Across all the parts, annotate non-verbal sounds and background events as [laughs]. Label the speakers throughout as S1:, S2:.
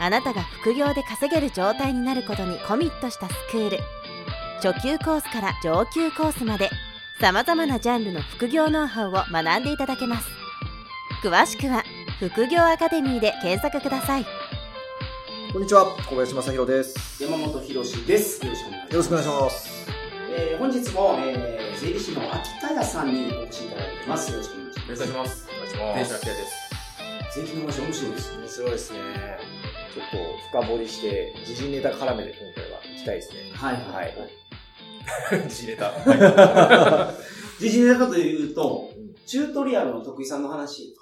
S1: あなたが副業で稼げる状態になることにコミットしたスクール初級コースから上級コースまでさまざまなジャンルの副業ノウハウを学んでいただけます詳しくは「副業アカデミー」で検索ください
S2: こんにちは、小林正弘です。
S3: 山本博史です。よろしくお願いします。
S2: よろしくお願いします。
S3: えー本日も、えー、税理士の秋田屋さんにお越しいただいてます。よろしくお願いし
S4: お願いします。お願いしま
S3: ます
S4: す。
S3: ます。税金の話面白いですね。
S4: す。ごいですね。ちょっと深掘りして、時事ネタ絡めて今回は行きたいですね。
S3: はいは
S4: はいい。時事ネタ。は
S3: 時事ネタというと
S4: うん、
S3: チュートリアルの徳井さんの話。
S4: い。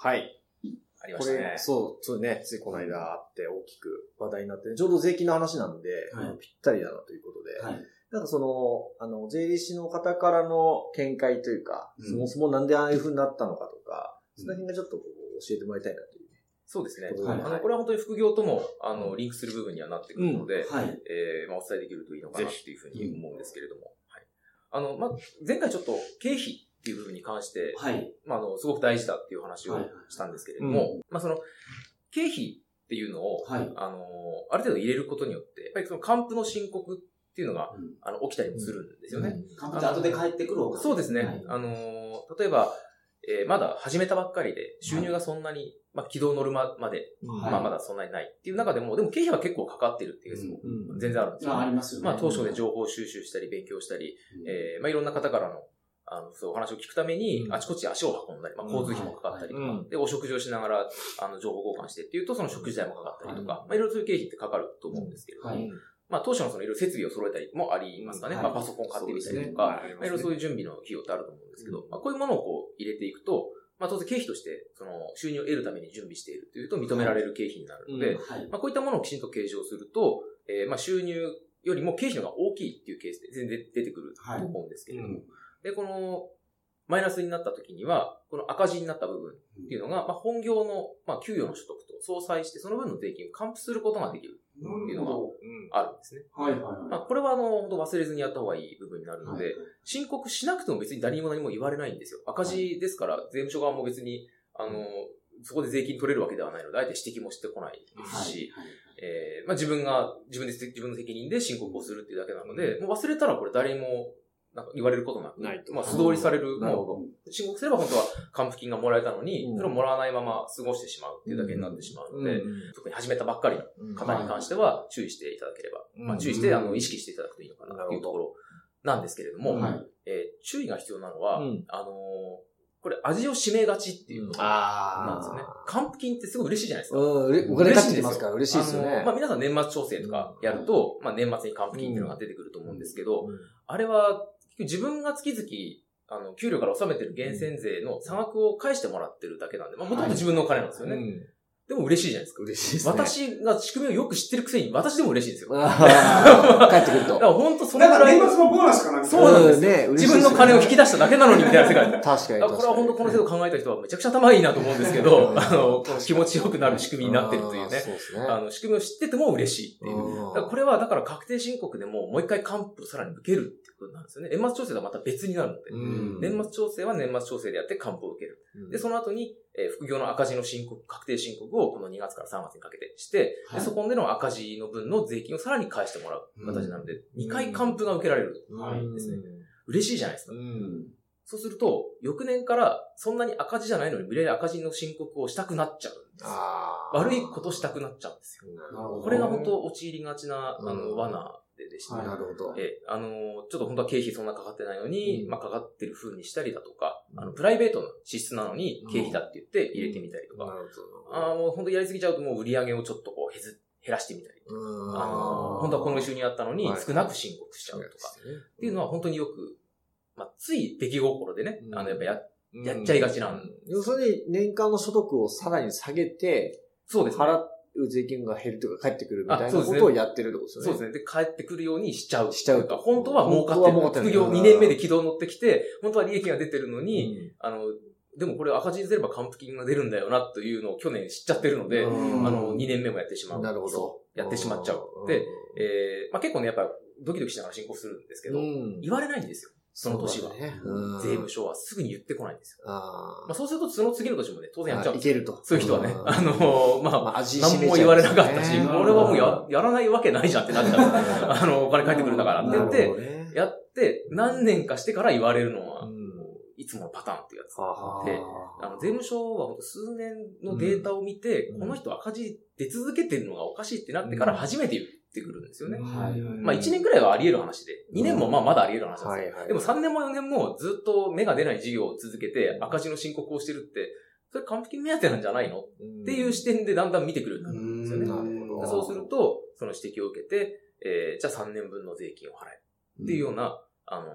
S4: ありま
S2: こ
S4: した
S2: れ
S4: ね、。
S2: そう、そうね、ついこの間あって大きく話題になって、ちょうど税金の話なんで、
S3: はい
S2: ぴったりだなということで、
S3: はい。
S2: なんかその、あの、税理士の方からの見解というか、
S3: うん
S2: そもそもなんでああいう風になったのかとか、
S3: うん
S2: その辺がちょっとこう教えてもらいたいなというね。
S4: そうですね。
S3: はい
S4: あのこれは本当に副業ともあのリンクする部分にはなってくるので、
S3: はい。
S4: えーまあ、お伝えできるといいのかなっていうふうに思うんですけれども。はい、あの、まあ、前回ちょっと経費っていう部分に関して、
S3: はい。
S4: まあ、あの、すごく大事だっていう話を
S3: はい
S4: したんですけれども、まあ、その、経費っていうのを、
S3: はい。
S4: あのある程度入れることによって、やっぱりその還付の申告っていうのが、
S3: うん
S4: あの、起きたりもするんですよね。
S2: う
S3: 完璧後で帰ってくるお金。
S4: そうですね。
S3: はい
S4: あの例えば、えーまだ始めたばっかりで、収入がそんなに、まあ、軌道乗るままで、
S2: ん
S3: はい
S4: まあ、まだそんなにないっていう中でも、でも経費は結構かかってるっていうケースも
S2: うん
S4: 全然あるんですよ、
S3: あありますよね。
S4: まあ、当初で情報収集したり、勉強したり、えーまあ、いろんな方からの、あの、そう、お話を聞くために
S2: う、ん
S4: あちこち足を運んだり、まあ、交通費もかかったりとか、
S2: うん
S4: で、お食事をしながら、あの、情報交換してっていうと、その食事代もかかったりとか、まあ、いろいろそういう経費ってかかると思うんですけれども、
S3: は
S2: うん
S3: い。
S4: まあ、当初のその、いろいろ設備を揃えたりもありますかね。
S3: うん
S4: ま
S3: は
S4: あ、
S3: い
S4: パソコン買ってみた
S2: そうで
S4: り
S2: す
S4: と
S2: ね
S4: か、
S2: はい
S4: まあいろいろそういう準備の費用ってあると思うんですけど、まあ、こういうものをこう、入れていくと、まあ、当然経費として、その、収入を得るために準備しているというと、認められる経費になるので、
S2: うん
S3: はい。
S4: まあ、こういったものをきちんと計上すると、えーまあ、収入よりも経費の方が大きいっていうケースで全然出てくると思うんですけれども、で、この、マイナスになった時には、この赤字になった部分っていうのが、まあ、本業の、まあ、給与の所得と相殺して、その分の税金を還付することができる、
S3: なる
S4: のが
S3: ほ
S4: あるんですね。
S3: ど。はいはいはい。
S4: まあ、これは、あの、本当忘れずにやった方がいい部分になるの
S3: はい
S4: で、申告しなくても別に誰にも何も言われないんですよ。赤字ですから、税務署側も別に、あの、そこで税金取れるわけではないので、あえて指摘もしてこないですし、
S3: はいはい
S4: えーまあ、自分が、自分で、自分の責任で申告をするっていうだけなので、もう忘れたらこれ誰にも、なんか言われることなく、
S2: ないと
S4: まあ、素通りされる、
S2: なる
S4: も
S2: ほ
S4: う、申告すれば本当は還付金がもらえたのに、
S2: うん
S4: それをもらわないまま過ごしてしまうっていうだけになってしまう
S2: ど。
S4: ので、特に始めたばっかりの
S2: うん
S4: 方に関しては注意していただければ、まあ、注意して、あの、意識していただくといいのかなっていうところなんですけれども、
S2: うん
S3: はい。
S4: えー注意が必要なのは、
S2: うん
S4: あのーこれ味を締めがちっていうのが、な
S2: あ
S4: んですよね
S2: あ。。
S4: 還付金ってすごい嬉しいじゃないですか。
S2: うん、うれお金かってきますから嬉しいですよ
S4: あの
S2: ね
S4: まあ。皆さん年末調整とかやると、まあ年末に還付金っていうのが出てくると思うんですけど、あれは結局自分が月々、あの、給料から納めてる源泉税の差額を返してもらってるだけなんで、まあもともと自分のお金なんですよね。
S2: うん
S4: でも嬉しいじゃないですか。
S2: 嬉しいですね。
S4: 私が仕組みをよく知ってるくせに、私でも嬉しいんですよ。
S2: あ [laughs] ー帰ってくる
S4: だ
S2: と
S4: か。ら本当その
S3: だ
S4: ぐ
S3: から
S4: らい
S3: 年、末のボーナスかなみたい
S4: そうなんです
S2: んね。
S4: 自分の金を引き
S2: た
S4: 出しただけなのにみたいな世界で。
S2: 確かに。
S4: だからこれは本当この制度を考えた人はめちゃくちゃ頭いいなと思うんですけ
S2: う
S4: ど、
S2: ん
S4: [laughs] あの、この気持ちよくなる仕組みになってるという
S2: あー
S4: ね、
S2: そうですね。
S4: あの、仕組みを知ってても嬉しいっていう。だから
S2: う
S4: これは、だから確定申告でももう一回還付をさらに受けるっていうことなんですよね。年末調整とはまた別になるので。
S2: ん
S4: 年末調整は年末調整でやって還付を受ける。で、その後に、えー副業の赤字の申告、確定申告をこの2月から3月にかけてして、
S3: はい
S4: でそこでの赤字の分の税金をさらに返してもらう形なので、
S2: ん
S4: 2回還付が受けられる。
S2: うん
S3: はい
S4: ですね嬉しいじゃないですか
S2: う。ん。
S4: そうすると、翌年からそんなに赤字じゃないのに無理やり赤字の申告をしたくなっちゃうんですよ。
S2: あー
S4: 悪いことしたくなっちゃうんですよ。
S2: なるほど。
S4: これが本当陥りがちな、あ
S2: う
S4: の、
S2: ん
S4: 罠ででしたね。
S2: なるほど。
S4: え、あのー、ちょっと本当は経費そんなかかってないのに、
S2: うん
S4: まあかかってる風にしたりだとか、
S2: うん
S4: あの、プライベートの支出なのに
S2: うん
S4: 経費だって言って入れてみたりと
S2: な
S4: か、
S2: るほ
S4: あ
S2: ど。
S4: あ、もう本当やりすぎちゃうともう売り上げをちょっとこう減ず減らしてみたり、あのー、本当はこの
S2: 人
S4: 収入あったのに
S2: はい
S4: 少なく申告しちゃうとか、っていうのは本当によく、まあつい出来心でね
S2: う、ん
S4: あの、やっぱやっ、
S2: は
S4: やっちゃいがちなん
S2: 要するに、年間の所得をさらに下げて、
S4: そうですね。
S2: 払っ税金が減るというか返ってくるみた
S4: あ
S2: い
S4: そ
S2: な
S4: うです
S2: こ
S4: ね
S2: とをやってるってことです
S4: そ
S2: よ
S4: うで
S2: ね。
S4: すね。で、帰ってくるようにしちゃう。
S2: しちゃうと
S4: 本当は儲かって
S2: 本
S4: る。
S2: 当は儲かってる
S4: 副業2年目で軌道乗ってきて、本当は利益が出てるのに、
S2: うん
S4: あの、でもこれ赤字に出れば還付金が出るんだよなというのを去年知っちゃってるので、
S2: うん
S4: あの、2年目もやってしまう。
S2: なるほど
S4: そ。うやってしまっちゃう。で、えーまあ結構ね、やっぱドキドキしながら進行するんですけど、
S2: うん
S4: 言われないんですよ。その年は。
S2: そうだねうん
S4: 税務署はすぐに言ってこないんですよ。
S2: あ
S4: まあそうするとその次の年もね、当然やっちゃう
S2: あ。いけると。
S4: そういう人はね
S2: う、ん
S4: あのーまあ、
S2: まあ、味
S4: 何も言われなかった [laughs] し、
S2: 俺
S3: ね
S4: 俺はもうややらないわけないじゃんってなっ
S2: [laughs]
S4: ちゃう。あの、お金返ってくるんだからって言っ
S2: なるほど
S4: て、
S2: ね
S4: やって、何年かしてから言われるの
S2: う
S4: は、
S2: ん
S4: いつものパターンっていうやつ。
S2: はあ
S4: であの、税務署はほんと数年のデータを見て、
S2: うん
S4: この人赤字出続けてるのがおかしいってなってから初めて言ってくるんですよね。
S2: はいはい
S4: まあ1年くらいはあり得る話で、2年もまあまだあり得る話なんですよ。
S2: はいはい
S4: でも3年も4年もずっと目が出ない事業を続けて赤字の申告をしてるって、それ完璧目当てなんじゃないのっ
S2: って
S4: いう視点でだんだん見てくるようになるんですよね。
S2: なるほど
S4: そうすると、その指摘を受けて、えーじゃあ3年分の税金を払え。っていうような、あの、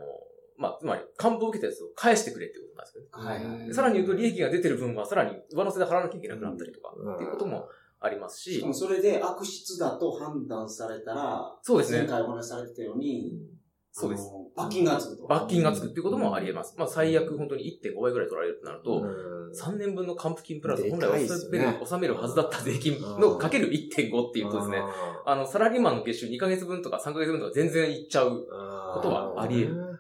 S4: まあ、つまり、還付を受けたやつを返してくれってことなんですけど、
S3: はいはい
S4: でさらに言うと、利益が出てる分はさらに上乗せで払わなきゃいけなくなったりとか、
S2: うん
S4: っていうこともあります
S3: し
S4: し
S3: かも、それで悪質だと判断されたら、
S4: そうです
S3: 前
S4: ね。
S3: 回お話しされてたように、
S4: そうです
S3: あの。罰金がつくと。
S4: 罰金がつくっていうこともあり得ます。まあ、最悪本当に1.5倍ぐらい取られるとなると、
S2: と
S4: 3年分の還付金プラス、
S2: でか
S4: 本
S2: いで
S4: 来納
S2: す
S4: め
S2: ね
S4: る、納めるはずだった税金のかける1.5っていうとですね、あの、サラリーマンの月収2ヶ月分とか3ヶ月分とか全然いっちゃう
S2: こと
S4: はあり得の
S2: る。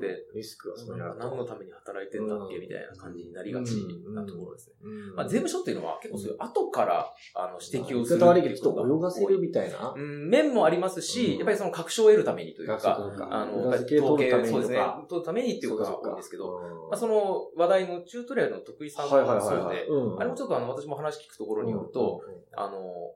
S4: で、
S2: リスクはそれ
S4: なんか何のために働いてんだっけ
S2: うん
S4: みたいな感じになりがちなところですね。
S2: うん
S4: まあ、税務署っていうのは結構そういう後からあの指摘をす
S2: 言い方
S4: る
S2: 悪い
S4: って
S2: け
S4: い
S2: ど、
S4: う
S2: ちょっと泳がせるみたいな。
S4: うん、面もあります
S2: う
S4: し、
S2: ん
S4: やっぱりその確証を得るためにという
S2: 学習
S4: か、
S2: という
S4: あの、やっ
S2: 裏
S4: ぱり
S2: 付け
S4: 統
S2: 取る
S4: 計
S2: ために
S4: そ
S2: と
S4: うですね
S2: か。、
S4: 取るためにっていうことが多いんですけど、まあ、その話題のチュートリアルの得意さんも
S2: はいはいはい
S4: そう
S2: はい
S4: で、
S2: うん
S4: あれもちょっとあの私も話聞くところによると、、あの、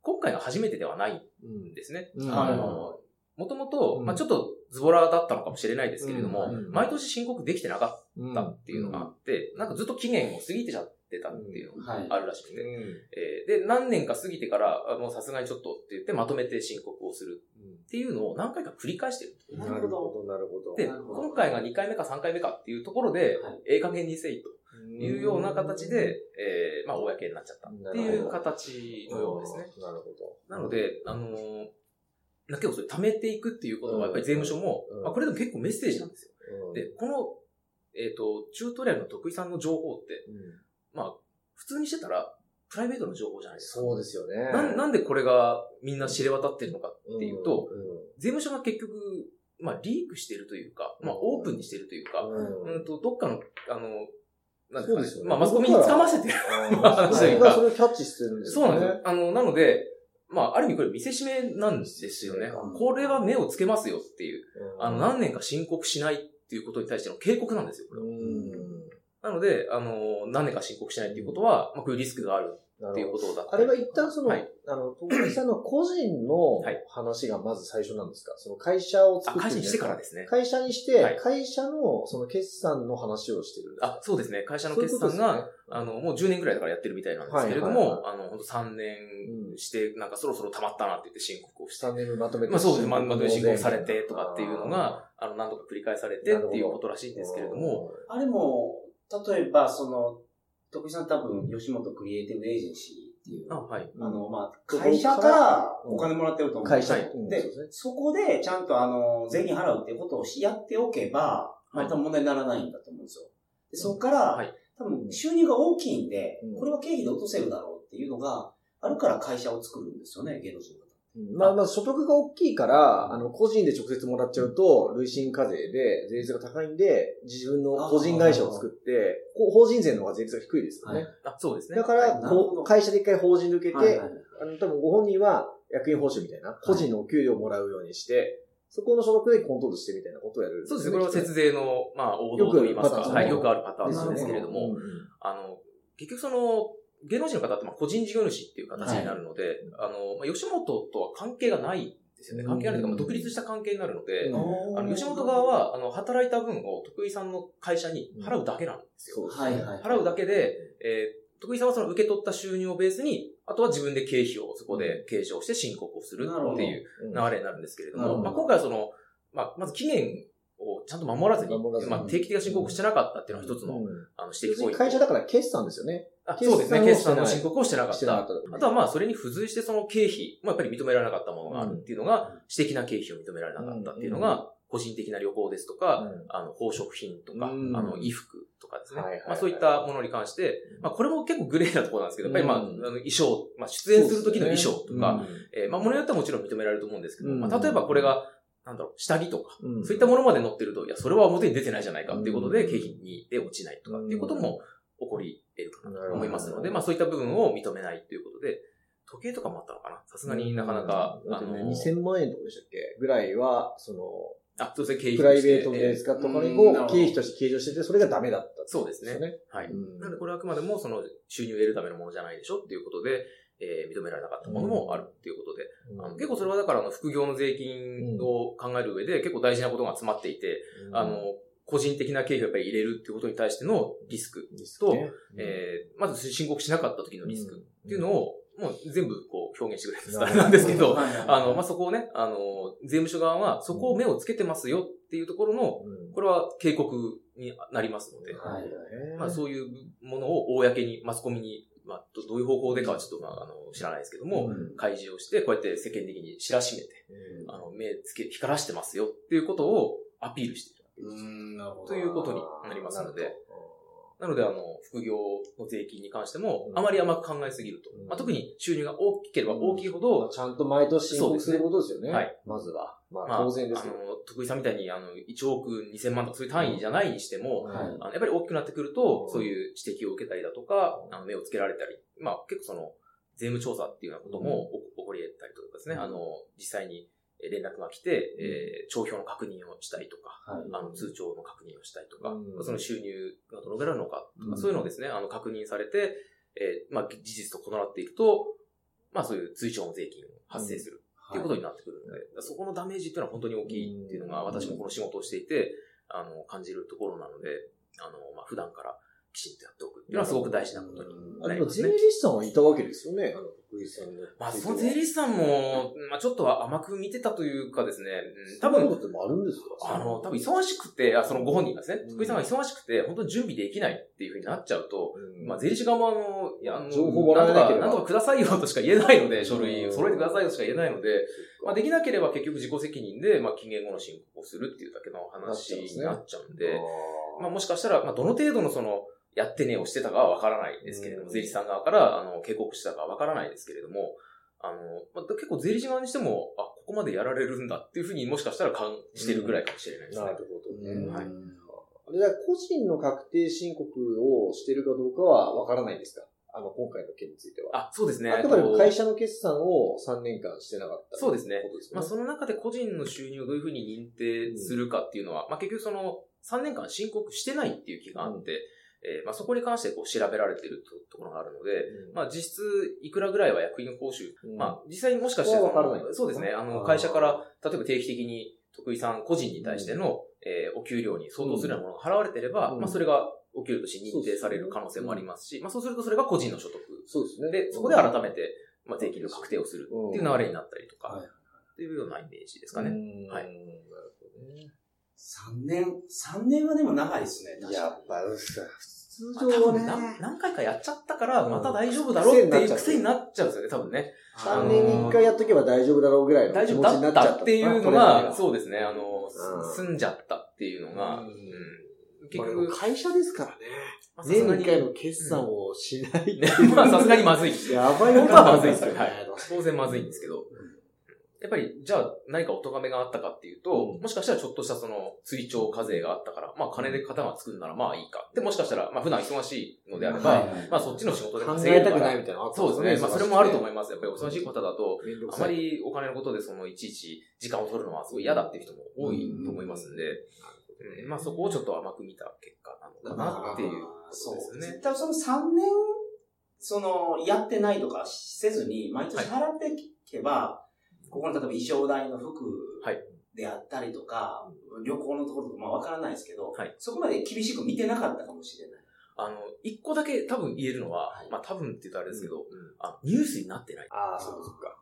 S4: 今回が初めてではないん
S2: うんうん
S4: ですね。
S2: うん
S4: あの、もともと、
S2: うん
S4: まあちょっとズボラだったのかもしれないですけれども、
S2: うんうん
S4: 毎年申告できてなかったっていうのがあ
S2: ん
S4: って、なんかずっと期限を過ぎてちゃってたっていうのが
S3: はい。
S4: あるらしくて、えーで、何年か過ぎてから、あもうさすがにちょっとって言ってまとめて申告をするっていうのを何回か繰り返してる。
S2: うん
S3: なるほど。、
S2: なるほど
S4: で、
S3: なるほど
S4: 今回が2回目か3回目かっていうところで、
S3: はい
S4: ええ加減にせいというような形で、
S2: うん、
S4: えーまあ、公になっちゃったっていう形のようですね。
S2: うん。なるほど。
S4: なので、あのー、だけどそれ貯めていくっていうことは、やっぱり税務署も、
S2: うん
S4: まあ、これでも結構メッセージなんですよ。
S2: うん、
S4: で、この、えっ、と、チュートリアルの得意さんの情報って、
S2: うん
S4: まあ、普通にしてたら、プライベートの情報じゃないですか。
S2: そうですよね。
S4: なんなんでこれがみんな知れ渡ってるのかっていうと、
S2: うん、
S4: 税務署が結局、まあ、リークしてるというか、まあ、オープンにしてるというか、
S2: うん
S4: うんと、どっかの、あの、なん
S2: そう
S4: で
S2: ですすよね
S4: かね。まあ、マスコミに捕ませてる。
S2: うん
S4: 話というか
S2: それをキャッチしてるんです
S4: そう
S2: よ
S4: なん
S2: ね。
S4: ですよ。あの、なので、まあ、ある意味これ見せしめなんですよね
S2: うん。
S4: これは目をつけますよっていう。
S2: うん
S4: あの、何年か申告しないっていうことに対しての警告なんですよ、これは。
S2: うん
S4: なので、あの、何年か申告しないっていうことは、まあ、こういうリスクがある
S2: なるほど
S4: っていうことだった
S2: あ
S4: り
S2: れは一旦その、
S4: はい
S2: あの、友達さんの個人の
S4: はい
S2: 話がまず最初なんですかその会社を
S4: あ、
S2: 作って
S4: 会社にしてから
S2: で
S4: ですね
S2: す。会社にして、
S4: はい
S2: 会社のその決算の話をしてるんです
S4: あ
S2: か、、
S4: そうですね。会社の
S2: そういう
S4: 決
S2: ことで
S4: 算
S2: す
S4: が、
S2: よね、
S4: あの、もう10年くらいだからやってるみたいなんですけれど
S2: はいはい
S4: も、あの、本当3年して、なんかそろそろ溜まったなって言って申告をして、
S2: 3年分まとめて、
S4: まあそうですね、ままとめ申告されてとかっていうのが、あの、何度か繰り返されて
S2: なるほ
S4: っ
S2: ど
S4: ていうことらしいんですけれども、、
S3: あれも、例えば、その、徳井さん多分、吉本クリエイティブエージェンシーっていう、
S4: あ、はい。
S2: うん
S3: あの、まあ、
S2: うん
S3: 会社からお金もらってると思うん
S2: 会
S3: です
S2: 社
S3: よ。
S2: に
S4: はい
S2: うん
S3: で
S2: そうですね、
S3: そこでちゃんとあの、税金払うっていうことをしやっておけば、
S4: はい
S3: また問題にならないんだと思うんですよ。でそこから、
S4: はい
S3: 多分収入が大きいんで
S2: うん、
S3: これは経費で落とせるだろうっていうのがあるから会社を作るんですよね、芸能人の方。
S2: うんまあまあ所得が大きいから、あの、個人で直接もらっちゃうと、累進課税で税率が高いんで、自分の個人会社を作って、こう法人税の方が税率が低いですよね。
S4: あ、そうですね。
S2: だか
S4: はい
S2: ら、
S3: はいなるほ
S2: こ
S3: ど
S2: う会社で一回法人で受けて、
S3: はいはい
S2: あの、多分ご本人は役員報酬みたいな、個人のお給料をもらうようにして、そこの所得でコントロールしてみたいなことをやる。
S4: そうですね、これは節
S2: 明
S4: 税の、まあ、王道と言いますか、
S2: よくあるパターンですね
S4: は
S2: ですよ
S4: い、よくあるパターンなんですけれども、
S2: ね。
S4: あの、結局その、芸能人の方ってまあ個人事業主っていう形になるので、あの、まあ、吉本とは関係がないんですよね。関係がないというか、まあ、独立した関係になるので、
S2: うん
S4: あの、吉本側、は、あの、働いた分を徳井さんの会社に払うだけなんですよ。
S2: そうです
S3: は
S2: ね
S3: いはい。
S4: 払うだけで、えー、徳井さんはその受け取った収入をベースに、あとは自分で経費をそこで計上して申告をするっていう
S2: うん
S4: 流れになるんですけれど
S3: なる
S4: も、
S3: ほど
S4: まあ、今回はその、まあ、まず期限をちゃんと守らずに、
S2: 守らずに
S4: まあ、定期的な申告をしてなかったっていうのは一つの、
S2: うん
S4: あの
S2: 要
S4: 指摘
S2: する
S4: ポイン
S2: に
S4: ト。
S2: 会社だから決算ですよね。
S4: あそうですね。
S2: 決
S4: 決
S2: 算
S4: 算
S2: を
S4: の
S2: してない
S4: 申告をしてなかっ
S2: してなか
S4: た
S2: っ。た。
S4: あとはまあ、それに付随してその経費もやっぱり認められなかったものがあるっていうのが、私的な経費を認められなかったっていうの
S2: うんう
S4: が、個人的な旅行ですとか、あの、宝飾品とか、あ
S2: うん
S4: の、衣服とかですね
S2: はいはいはい。
S4: まあそういったものに関して、まあこれも結構グレーなところなんですけど、やっぱりまあ、あ
S2: う
S4: の
S2: ん
S4: 衣装、まあ出演する時の衣装とか、
S2: そうですね、
S4: えーまあ物によってはもちろん認められると思うんですけど、
S2: うん
S4: まあ例えばこれが、なんだろう、下着とか、
S2: うん
S4: そういったものまで載ってると、いや、それは表に出てないじゃないかっていうことで、
S2: うん
S4: 経費にで落ちないとかっていうことも起こり得るかなと思いますの
S2: なるほ
S4: で、
S2: ど
S4: まあそういった部分を認めないということで、時計とかもあったのかなさすがになかなか、
S2: だ
S4: あ
S2: って
S4: の
S2: ね、、2000万円とかでしたっけぐらいは、その、
S4: あ、そうですね、経費
S2: プ
S4: と
S2: ライ
S4: して
S2: ベートで使ったお金を経費として計上してて、それがダメだったって
S4: そうで
S2: こ
S4: す
S2: とですよ
S4: ね。
S2: ね。
S4: はい。
S2: うん
S4: なのでこれはあくまでもその収入を得るためのものじゃないでしょっていうことで、えー認められなかったものもあるっていうことで、あの結構それはだからあの副業の税金を考える上で結構大事なことが詰まっていて、
S2: うん
S4: あの、、個人的な経費をやっぱり入れるっていうことに対してのリスク
S2: です
S4: と、
S2: ね
S4: えーまず申告しなかった時のリスクっていうの
S2: を、
S4: を、もう全部こう表現してくれ
S2: なる
S4: た
S2: ほど
S4: なんですけ
S3: そう
S4: ど、
S3: はいはい
S4: あの、まあ、そこをね、あの、税務署側はそこを目をつけてますよっていうところの、
S2: うん
S4: これは警告になりますので、
S3: はい
S4: まあ、そういうものを公に、マスコミに、まあ、どどういう方法でかはちょっと、まあ、あの、知らないですけども、
S2: うん
S4: 開示をして、こうやって世間的に知らしめて、あの、目つけ、光らしてますよっていうことをアピールしている。
S3: うん、なるほど。
S4: ということになりますので、なので、あの、副業の税金に関しても
S2: う、ん
S4: あまり甘く考えすぎると
S2: うん。
S4: まあ、特に収入が大きければ大きいほ
S2: まあ
S4: ど、
S2: ちゃんと毎年申告することですよね。
S4: そうですねはい
S2: まずは。ま
S4: ま
S2: あ、
S4: あ、
S2: 当然ですけ
S4: あ
S2: ど。
S4: の、徳井さんみたいに、あの、1億2000万とかそういう単位じゃないにしても、
S3: はい
S4: あのやっぱり大きくなってくる
S2: う
S4: と
S2: ん、
S4: そういう指摘を受けたりだとか、あの目をつけられたり、まあ結構その、税務調査っていうようなことも起起こり得たりとかですね、
S2: うん
S4: あの、実際にえー連絡が来て、えー帳票の確認をしたりとか、
S3: はい。
S4: あの通帳の確認をしたりとか、
S2: うん
S4: その収入がどのぐらいあるのかとか、
S2: うん
S4: そういうのをですね、あの確認されて、えーまあ事実と異なっていると、まあそういう通帳の税金が発生するっていうことになってくるので、そこのダメージっていうのは本当に大きいっていうのが、
S2: うん
S4: 私もこの仕事をしていて、あの、感じるところなので、あの、まあ、普段からきちんとやっておくっていうのはすごく大事なことに。
S2: あでも税理士さんはいたわけですよね。
S4: まあ、その税理士さんも、まあ、ちょっとは甘く見てたというかですね、うん多
S2: そういうこ
S4: 分、
S2: とってもあるんですか
S4: あの、多分忙しくて、あそのご本人がですね
S2: うん、
S4: 福井さんが忙しくて、本当に準備できないっていうふうになっちゃうと、
S2: うん
S4: まあ、税理士側もあの、いや、あの
S2: 情報もらえなければ
S4: んとかんとかくださいよとしか言えないので、書類
S2: うん
S4: を揃えてくださいよとしか言えないので、まあ、
S2: で
S4: できなければ結局自己責任で、まあ、期限後の申告をするっていうだけの話になっちゃうんで、まあ、もしかしたら、まあ、どの程度のその、やってねをしてたかはわからないですけれど
S2: う
S4: も、
S2: ん
S4: 税理士さん側から、あの、警告したかはわからないですけれども、あの、まあ、結構税理士側にしても、あ、ここまでやられるんだっていうふうにもしかしたら感じてるぐらいかもしれないですね。
S2: なるほどね。
S4: んはい
S2: あれだから個人の確定申告をしてるかどうかはわからないんですかあの、今回の件については。
S4: あ、そうですね。
S2: あくまでも会
S4: えっと
S2: 社の決算を3年間してなかった
S4: そうですね
S2: ことですよ
S4: まあ、その中で個人の収入をどういうふうに認定するかっていうのは、まあ、結局その、3年間申告してないっていう期があって、えーまあ、そこに関してこう調べられてるとところがあるので、まあ、実質、いくらぐらいは役員報酬
S2: うん
S4: まあ、実際にもしかして
S2: そ
S4: そ
S2: れは分からない
S4: の、そうですね。あ
S2: あ
S4: の、
S2: ー
S4: 会社から、例えば定期的に、徳井さん個人に対しての、えーお給料に相当するようなものが払われてれば、
S2: うん
S4: まあ、それがお給料として認定される可能性もありますし、まあ、そうするとそれが個人の所得。
S2: そうですね。
S4: で、そこで改めて、まあ、税金の確定をするっていう流れになったりと
S3: うん
S4: か
S3: はい、
S4: っていうようなイメージです
S2: す
S4: かね。
S2: は
S4: はいい。
S2: なるほどね。
S3: 3年、3年はでも長いですね、確かに
S2: やっぱ、うっさ
S4: ま
S2: 通
S4: あ
S2: 常
S4: 多
S2: は
S4: 分
S2: ね、
S4: 何何回かやっちゃったから、
S2: うん
S4: また大丈夫だろうっていう
S2: 癖
S4: 癖
S2: に
S4: になっちゃうんですよね、多分ね。
S2: 3
S4: あのー
S2: 年に1回やっとけば大丈夫だろうぐらいの
S4: 大
S2: 気
S4: 丈夫
S2: 持ちにな
S4: だ
S2: っ
S4: っ
S2: ちゃったた
S4: っていうのが、そうですね、あの、
S2: うん
S4: す済んじゃったっていうのが、
S2: う
S4: うんん
S2: ま
S4: 結
S2: あでも
S4: 局、
S2: 会社ですからね。
S4: まあさす
S2: 年
S4: が
S2: に1回の決算をしないっていう
S4: に [laughs] まあ、さすがにまずい。
S2: やばい。
S4: 本当はまずいですよ。はいい。当然まずいんですけど。やっぱり、じゃあ何かお咎めがあったかっていうと、
S2: うん
S4: もしかしたらちょっとしたその追徴課税があったから、まあ金で型がつくんならまあいいか。で、もしかしたら、まあ普段忙しいのであれば、
S3: はいはい
S4: まあそっちの仕事で
S2: 考
S4: 稼げ
S2: え
S4: る
S2: た
S4: か
S2: くな
S4: ら
S2: い。みたいなのあったん
S4: そうですね。まあそれもあると思
S2: い
S4: います。やっぱり忙しい方だと、
S2: ます。めんどく
S4: あ
S2: さ
S4: ま
S2: い。
S4: りお金のことでそのいちいち時間を取るのはすごい嫌だっていう人も多いと思いますんで、うんまあそこをちょっと甘く見た結果なのかなっていうことですよね
S3: 絶。対その3年、その、やってないとかせずに、毎年払っていけば、ここの例えば衣装代の服
S4: はい
S3: であったりとか、旅行のところとか、まあわからないですけど、
S4: はい
S3: そこまで厳しく見てなかったかもしれない。
S4: あの、一個だけ多分言えるのは、
S3: はい
S4: まあ多分って言うとあれですけど、
S2: うん
S4: あニュースになってない。
S2: ああ、そっかそっか。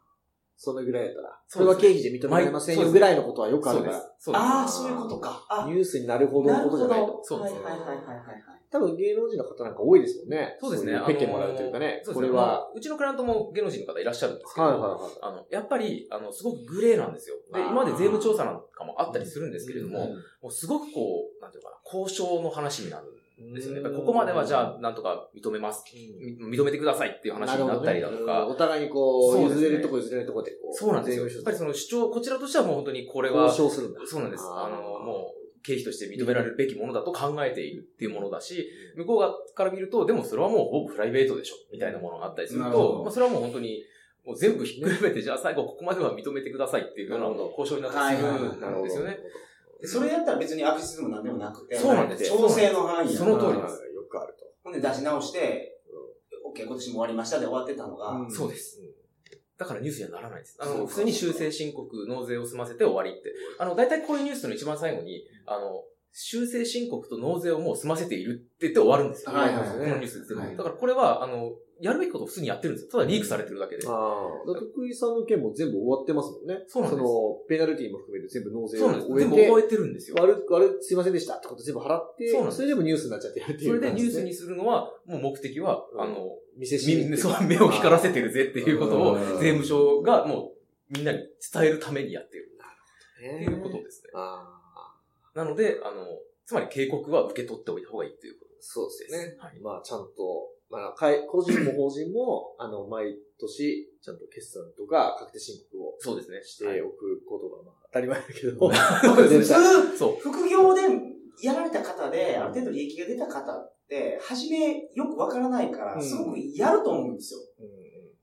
S2: そのぐらいだったら。そ
S4: そう
S2: れ
S4: ですね
S2: は経費で認められませんよぐらいのことはよくあ
S4: そう
S2: る
S4: で
S2: か
S4: す
S2: ら。。
S4: そうです。
S3: ああ、そういうことか。あ
S2: ニュースになるほどのことじゃないと。
S4: そうです
S3: はいはいはいはいはいはい。
S2: 多分芸能人の方なんか多いですよね。
S4: そうですね。
S2: ペッケもらうというかね。
S4: あのー
S2: これは。。
S4: そうですねまあうちのクライアントも芸能人の方いらっしゃるんですけど、
S2: はいはいはい
S4: あの、やっぱり、あの、すごくグレーなんですよ。で、
S3: あー
S4: 今まで税務調査なんかもあったりするんですけれども、
S3: うん
S4: もうすごくこう、なんていうのかな、交渉の話になるんですよね。やっぱりこ
S2: こ
S4: こまではじゃあ、なんとか認めます。み認めてくださいっていう話になったりだとか、
S2: お互いにこう、
S4: そうです
S2: 譲
S4: ね
S2: れるとこ譲れるとこでこう。
S4: そうなんですよ。やっぱりその主張、こちらとしてはもう本当にこれは、
S2: 交渉するんだ。
S4: そうなんです。
S2: あー
S4: あの、もう、経費として認められるべきものだと考えているっていうものだし、向こう側から見ると、でもそれはもうほぼプライベートでしょ、みたいなものがあったりする
S3: なるほ
S4: と
S3: ど、
S4: まあ、それはもう本当に、もう全部ひっくるめて、じゃあ最後ここまでは認めてくださいっていうような
S2: なるほど
S4: 交渉になったりす
S3: はいはい
S4: る
S3: は
S4: ん
S3: い
S4: ですよね。
S3: でそれやったら別に悪質でも何でもなくて、
S4: そうなんです
S3: 調整の範囲や
S4: その通りです。
S2: よくあると。
S3: ほんで出し直して、OK、今年も終わりましたで終わってたのが、
S4: そうです。だからニュースにはならないです。あ
S3: そう
S4: の、
S3: か
S4: 普通に修正申告、納税を済ませて終わりって。あの、大体こういうニュースの一番最後に、あの、修正申告と納税をもう済ませているって言って終わるんですよ。
S3: はいはいはい
S4: このニュース全部。
S3: はい
S4: だからこれは、あの、やるべきことを普通にやってるんですよ。ただリークされてるだけで。
S2: ああ。だから徳井さんの件も全部終わってますもんね。
S4: そうなんで
S2: そ
S4: す
S2: の、ペナルティも含めて全部納税
S4: そうなんです。
S2: を終え
S4: 全部
S2: て、
S4: 覚えてるんですよ。
S2: 悪、悪、すいませんでしたってこと全部払って、
S4: そうなんです
S2: それでもニュースになっちゃってるってい、
S4: そうれでニュース、にするのは、もう目的は、
S2: うん
S4: あの、
S2: 見せしめってい
S4: み
S2: う
S4: そ
S2: か
S4: う目を光らせてるぜっていうことを
S2: うん、
S4: 税務署がもうみんなに伝えるためにやってる
S2: ね
S4: っていうことですね。
S2: ああ、
S4: なので、あの、つまり警告は受け取っておいた方がいいということ
S2: そうです
S4: で
S2: よ
S4: す。
S2: ね。
S4: はい。
S2: まあ、ちゃんと、まあ、会個人
S4: [clears throat]
S2: も法人も、あの、毎年、ちゃんと決算とか確定申告を
S4: そうですね。
S2: しておくことが、まあ、当たり前だけど、
S4: はい
S2: 絶対
S3: 普
S4: そう。
S3: 通、副業でやられた方で、ある程度利益が出た方って、初めよくわからないか
S2: う
S3: ら、
S2: ん
S3: すごくやると思うんですよ。
S2: う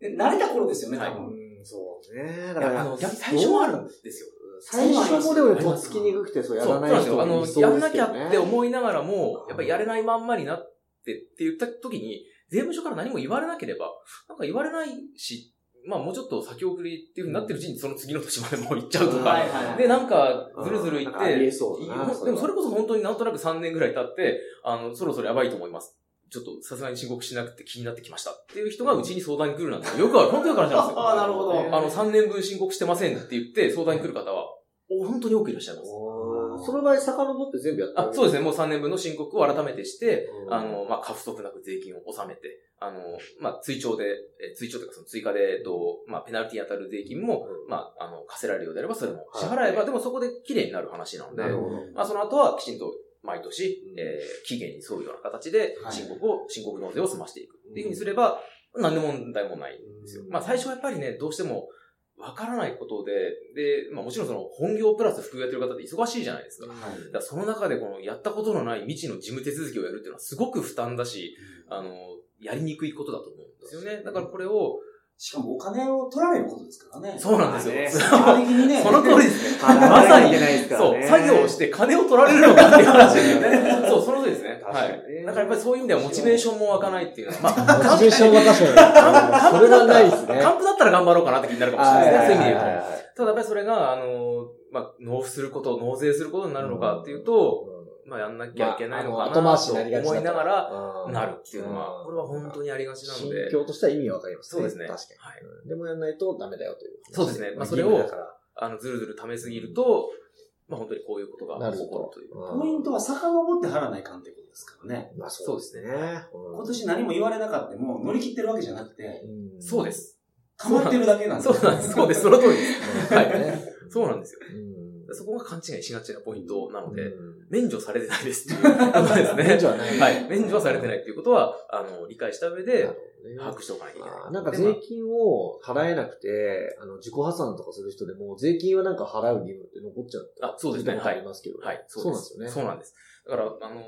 S3: で慣れた頃ですよね、
S4: はい
S3: 多分。
S2: ん、そうね。だ
S4: い
S2: か
S4: やあ
S2: ら
S4: の、、逆に最初はあるんですよ。
S2: 最初もでもね、
S3: 最初
S2: と
S3: は
S2: っつきにくくて、そう
S4: そ
S2: や
S4: うそ
S2: ら
S4: うな
S2: なん
S4: で
S2: い
S4: すよ。
S2: 人
S4: あの
S2: もい、そ
S4: や
S2: うんで
S4: な
S2: すけ
S4: き
S2: ど
S4: ゃ
S2: ね。
S4: って思いながらも、やっぱりやれないまんまになってって言った時に、税務署から何も言われなければ、なんか言われないし、まあもうちょっと先送りっていうふうになってるうちにその次の年までもう行っちゃうと
S2: うん
S4: か、
S3: はい
S4: で、なんかずるずる行
S2: うんなん
S4: っ
S2: かあ
S4: て、
S2: りえそうだなそれは
S4: でもそれこそ本当になんとなく3年ぐらい経って、あの、そろそろやばいと思います。ちょっとさすがに申告しなくて気になってきましたっていう人がうちに相談に来るなんてよくある、本当によくあるじゃないですか。
S3: ああ、なるほど。
S4: あの、3年分申告してませんって言って相談に来る方は、お本当に多くいらっしゃいます。
S2: おーその場合、遡って全部やった
S4: あそうです
S2: ね。
S4: ね。もう3年分の申告を改めてして、
S2: うん
S4: あの、まあ、過不足なく税金を納めて、あの、まあ、追徴で、え追徴というかその追加で、えっと、まあ、ペナルティに当たる税金も、
S2: うん
S4: まあ、あの、課せられるようであれば、それも支払えば、
S2: はい
S4: でもそこで綺麗になる話なので
S2: な、るほど。
S4: まあ、その後はきちんと毎年、
S2: うん
S4: えー期限に沿うような形で
S3: はい
S4: 申告を、申告納税を済ましていくっていうふうにすれば、何の問題もないんですよ
S2: う。ん
S4: まあ、最初はやっぱりね、どうしても、わからないことで、で、まあもちろんその本業プラス副業やってる方って忙しいじゃないですか。だからその中でこのやったことのない未知の事務手続きをやるっていうのはすごく負担だし、あの、やりにくいことだと思うんですよね。だからこれを、
S3: しかもお金を取られることですからね。
S4: そうなんですよ。
S3: 基本的にね。
S4: [laughs] その通りですね。
S2: ま
S4: [laughs] ま
S2: さ
S4: さ
S2: に
S4: に
S2: いけないですから
S4: そう、
S2: ね。
S4: 作業をして金を取られるのかっていう話ですよ
S2: [laughs]
S4: ね。そう、その通りですね。
S2: 確
S4: は
S2: かに
S4: い。
S2: ね
S4: だからやっぱりそういう意味ではモチベーションも湧かないっていうのは、 [laughs] まあ、
S5: モチベーションは確かに。それはないですね。
S4: 完プだったら頑張ろうかなって気になるかもしれないですね。そういう意味で言う
S2: はいはいはい
S4: と。ただやっぱりそれが、あの、まあ、納付すること、納税することになるのかっていうと、まあ、やんなきゃいけないのかなと
S5: まああの後回しになりがちだと
S4: 思いながら、
S2: うん
S4: なるっていうのは、
S2: うん
S4: これは本当にありがちなの
S5: 心
S4: で、
S5: 境としては意味はわかります
S4: そう
S5: ね。
S4: ですね。
S5: 確かに。
S4: はい。
S2: でもやんないとダメだよという。
S4: そうですねまあそれを
S2: 義務だから
S4: あの、ずるずる溜めすぎると、まあ本当にこういうことが
S5: な
S4: 起
S5: る
S4: こ
S5: ほ。
S4: るという。
S2: うん
S3: ポイントは遡って払わないかんってことですからね。
S2: まあそうですね。
S3: 今
S2: 今
S3: 年何も言われなかったも乗り切ってるわけじゃなくて、
S4: そうですす。
S3: かまってるだけなんです
S4: そうなんです。そうです。その通りです。
S5: は
S4: はいい
S5: ね。
S4: そうなんですよ。
S2: うん
S4: そこが勘違いしがちなポイントなので、
S2: うん
S4: 免除されてないですっていうことですね。
S5: [laughs] 免除はない
S4: はい。免除はされてないっていうことは、あの、理解した上
S2: なる
S4: で
S2: ほ、どね
S4: 把握しておかなきゃいけ
S2: あ
S4: な
S2: ー
S4: い。
S2: なんか
S4: で
S2: 税金を払えなくて、あの、自己破産とかする人でも、税金はなんか払う義務って残っちゃう
S4: あそうですね
S2: 聞いたことありますけど。
S4: まあはい。
S2: そうなんですよね。
S4: そうなんです。だから、あの、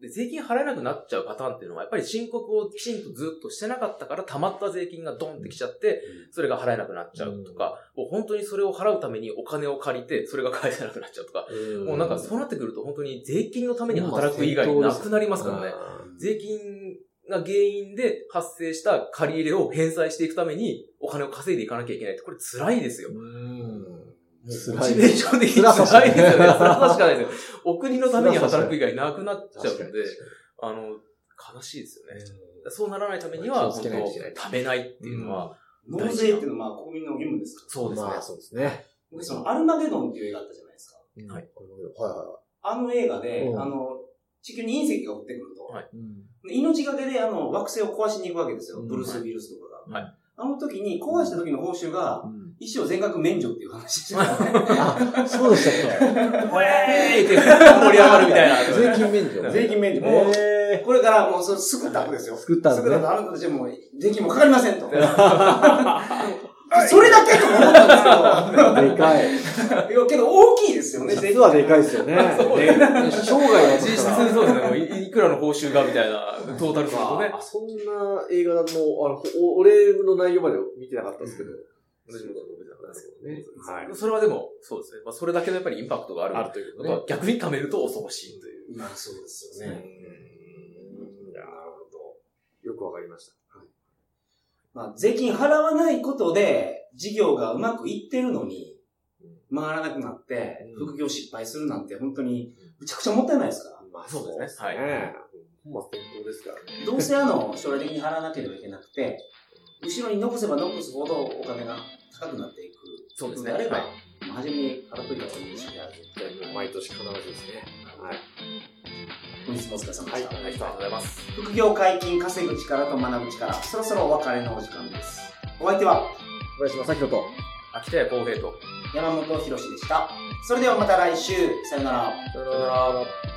S4: で税金払えなくなっちゃうパターンっていうのは、やっぱり申告をきちんとずっとしてなかったから、溜まった税金がドンってきちゃって、それが払えなくなっちゃうとか、もう本当にそれを払うためにお金を借りて、それが返せなくなっちゃうとか、
S2: うん
S4: もうなんかそうなってくると本当に税金のために働く以外なくなりますからね。
S2: あ
S4: 税金が原因で発生した借り入れを返済していくためにお金を稼いでいかなきゃいけないって、これ辛いですよ。
S2: ー
S4: も
S2: うん。
S4: う
S5: 辛い
S4: モチベーション的に辛
S5: 辛さしかない
S4: いですよね。辛さしかないですよ。お国のために働く以外なくなっちゃう
S2: 確か
S4: の
S2: に
S4: で、あの、悲しいですよね。
S2: う
S4: そうならないために
S2: 気
S4: は、
S2: をつ
S4: 本
S2: け
S4: 当
S2: ないといけない
S4: 貯めないっていうのは、
S3: 納税っていうのはまあ国民の義務ですか
S4: そうですね
S2: まあ。そうですね。
S3: ら。で、そのアルマゲドンっていう映画あったじゃないですか。
S2: うん
S4: は
S2: は
S4: い。
S2: いはいはい。
S3: あの映画で、
S2: うん
S3: あの、地球に隕石が降ってくると、
S4: はい
S3: 命がけであの惑星を壊しに行くわけですよ。ブルース・ウィルスとかが。
S4: は
S3: あの時に、壊した時の報酬が、
S5: うん
S3: 医師を全額免除っていう話してた。
S2: [laughs]
S5: あ、そうでしたっ
S4: ウェーイって盛り上がるみたい
S5: け
S4: [laughs] な。
S5: 税金免除。
S3: 税金免除。もう、
S5: え
S3: これからもうそれすぐタフですよ。
S5: ー、作った
S3: す
S5: ん
S3: ぐ
S5: だね
S3: だと。あなたたちはもう、税金もかかりませんと。 [laughs] それだけと思ったんです
S2: [laughs]
S5: でかい。
S3: けど、いやけど大きいですよね、税
S5: 実
S3: 金
S5: はでかいですよね。
S4: そう
S5: ね
S4: ですね
S5: 生涯は
S4: 実質そうですね。もういいくらの報酬がみたいな、トータルするとね。
S2: あそんな映画の、あの、お俺の内容まで見てなかったんですけど。
S4: 私もそう思ってなかったですけどね
S2: はい。
S4: それはでも、そうですね。まあ、それだけのやっぱりインパクトがある。
S5: という
S4: やっぱ逆に貯めると恐ろしいという。
S3: まあそうですよね。
S2: なるほど。よくわかりまし
S3: まあ税金払わないことで、事業がうまくいってるのに、回らなくなって、
S2: うん
S3: 副業失敗するなんて本当に、むちゃくちゃもったいないですから
S2: た。。まあ
S4: そうですねはい
S2: ね本末転倒ですからね。
S3: どうせあの、将来的に払わなければいけなくて、後ろに残せば残すほどお金が高くなっていく。
S4: そうですね
S3: あれば、
S4: は
S3: まあ初めに払っといた方がいいでしょうね。
S2: もう毎年必ずですね。はい。
S3: 本日もお疲れ様でした。
S4: ありがとうございます。
S3: 副業解禁、稼ぐ力と学ぶ力、そろそろお別れのお時間です。お相手は
S5: 小林正宏と。
S4: 秋田屋公平と。
S3: 山本博史でした。それではまた来週、さよなら。
S4: さよなら。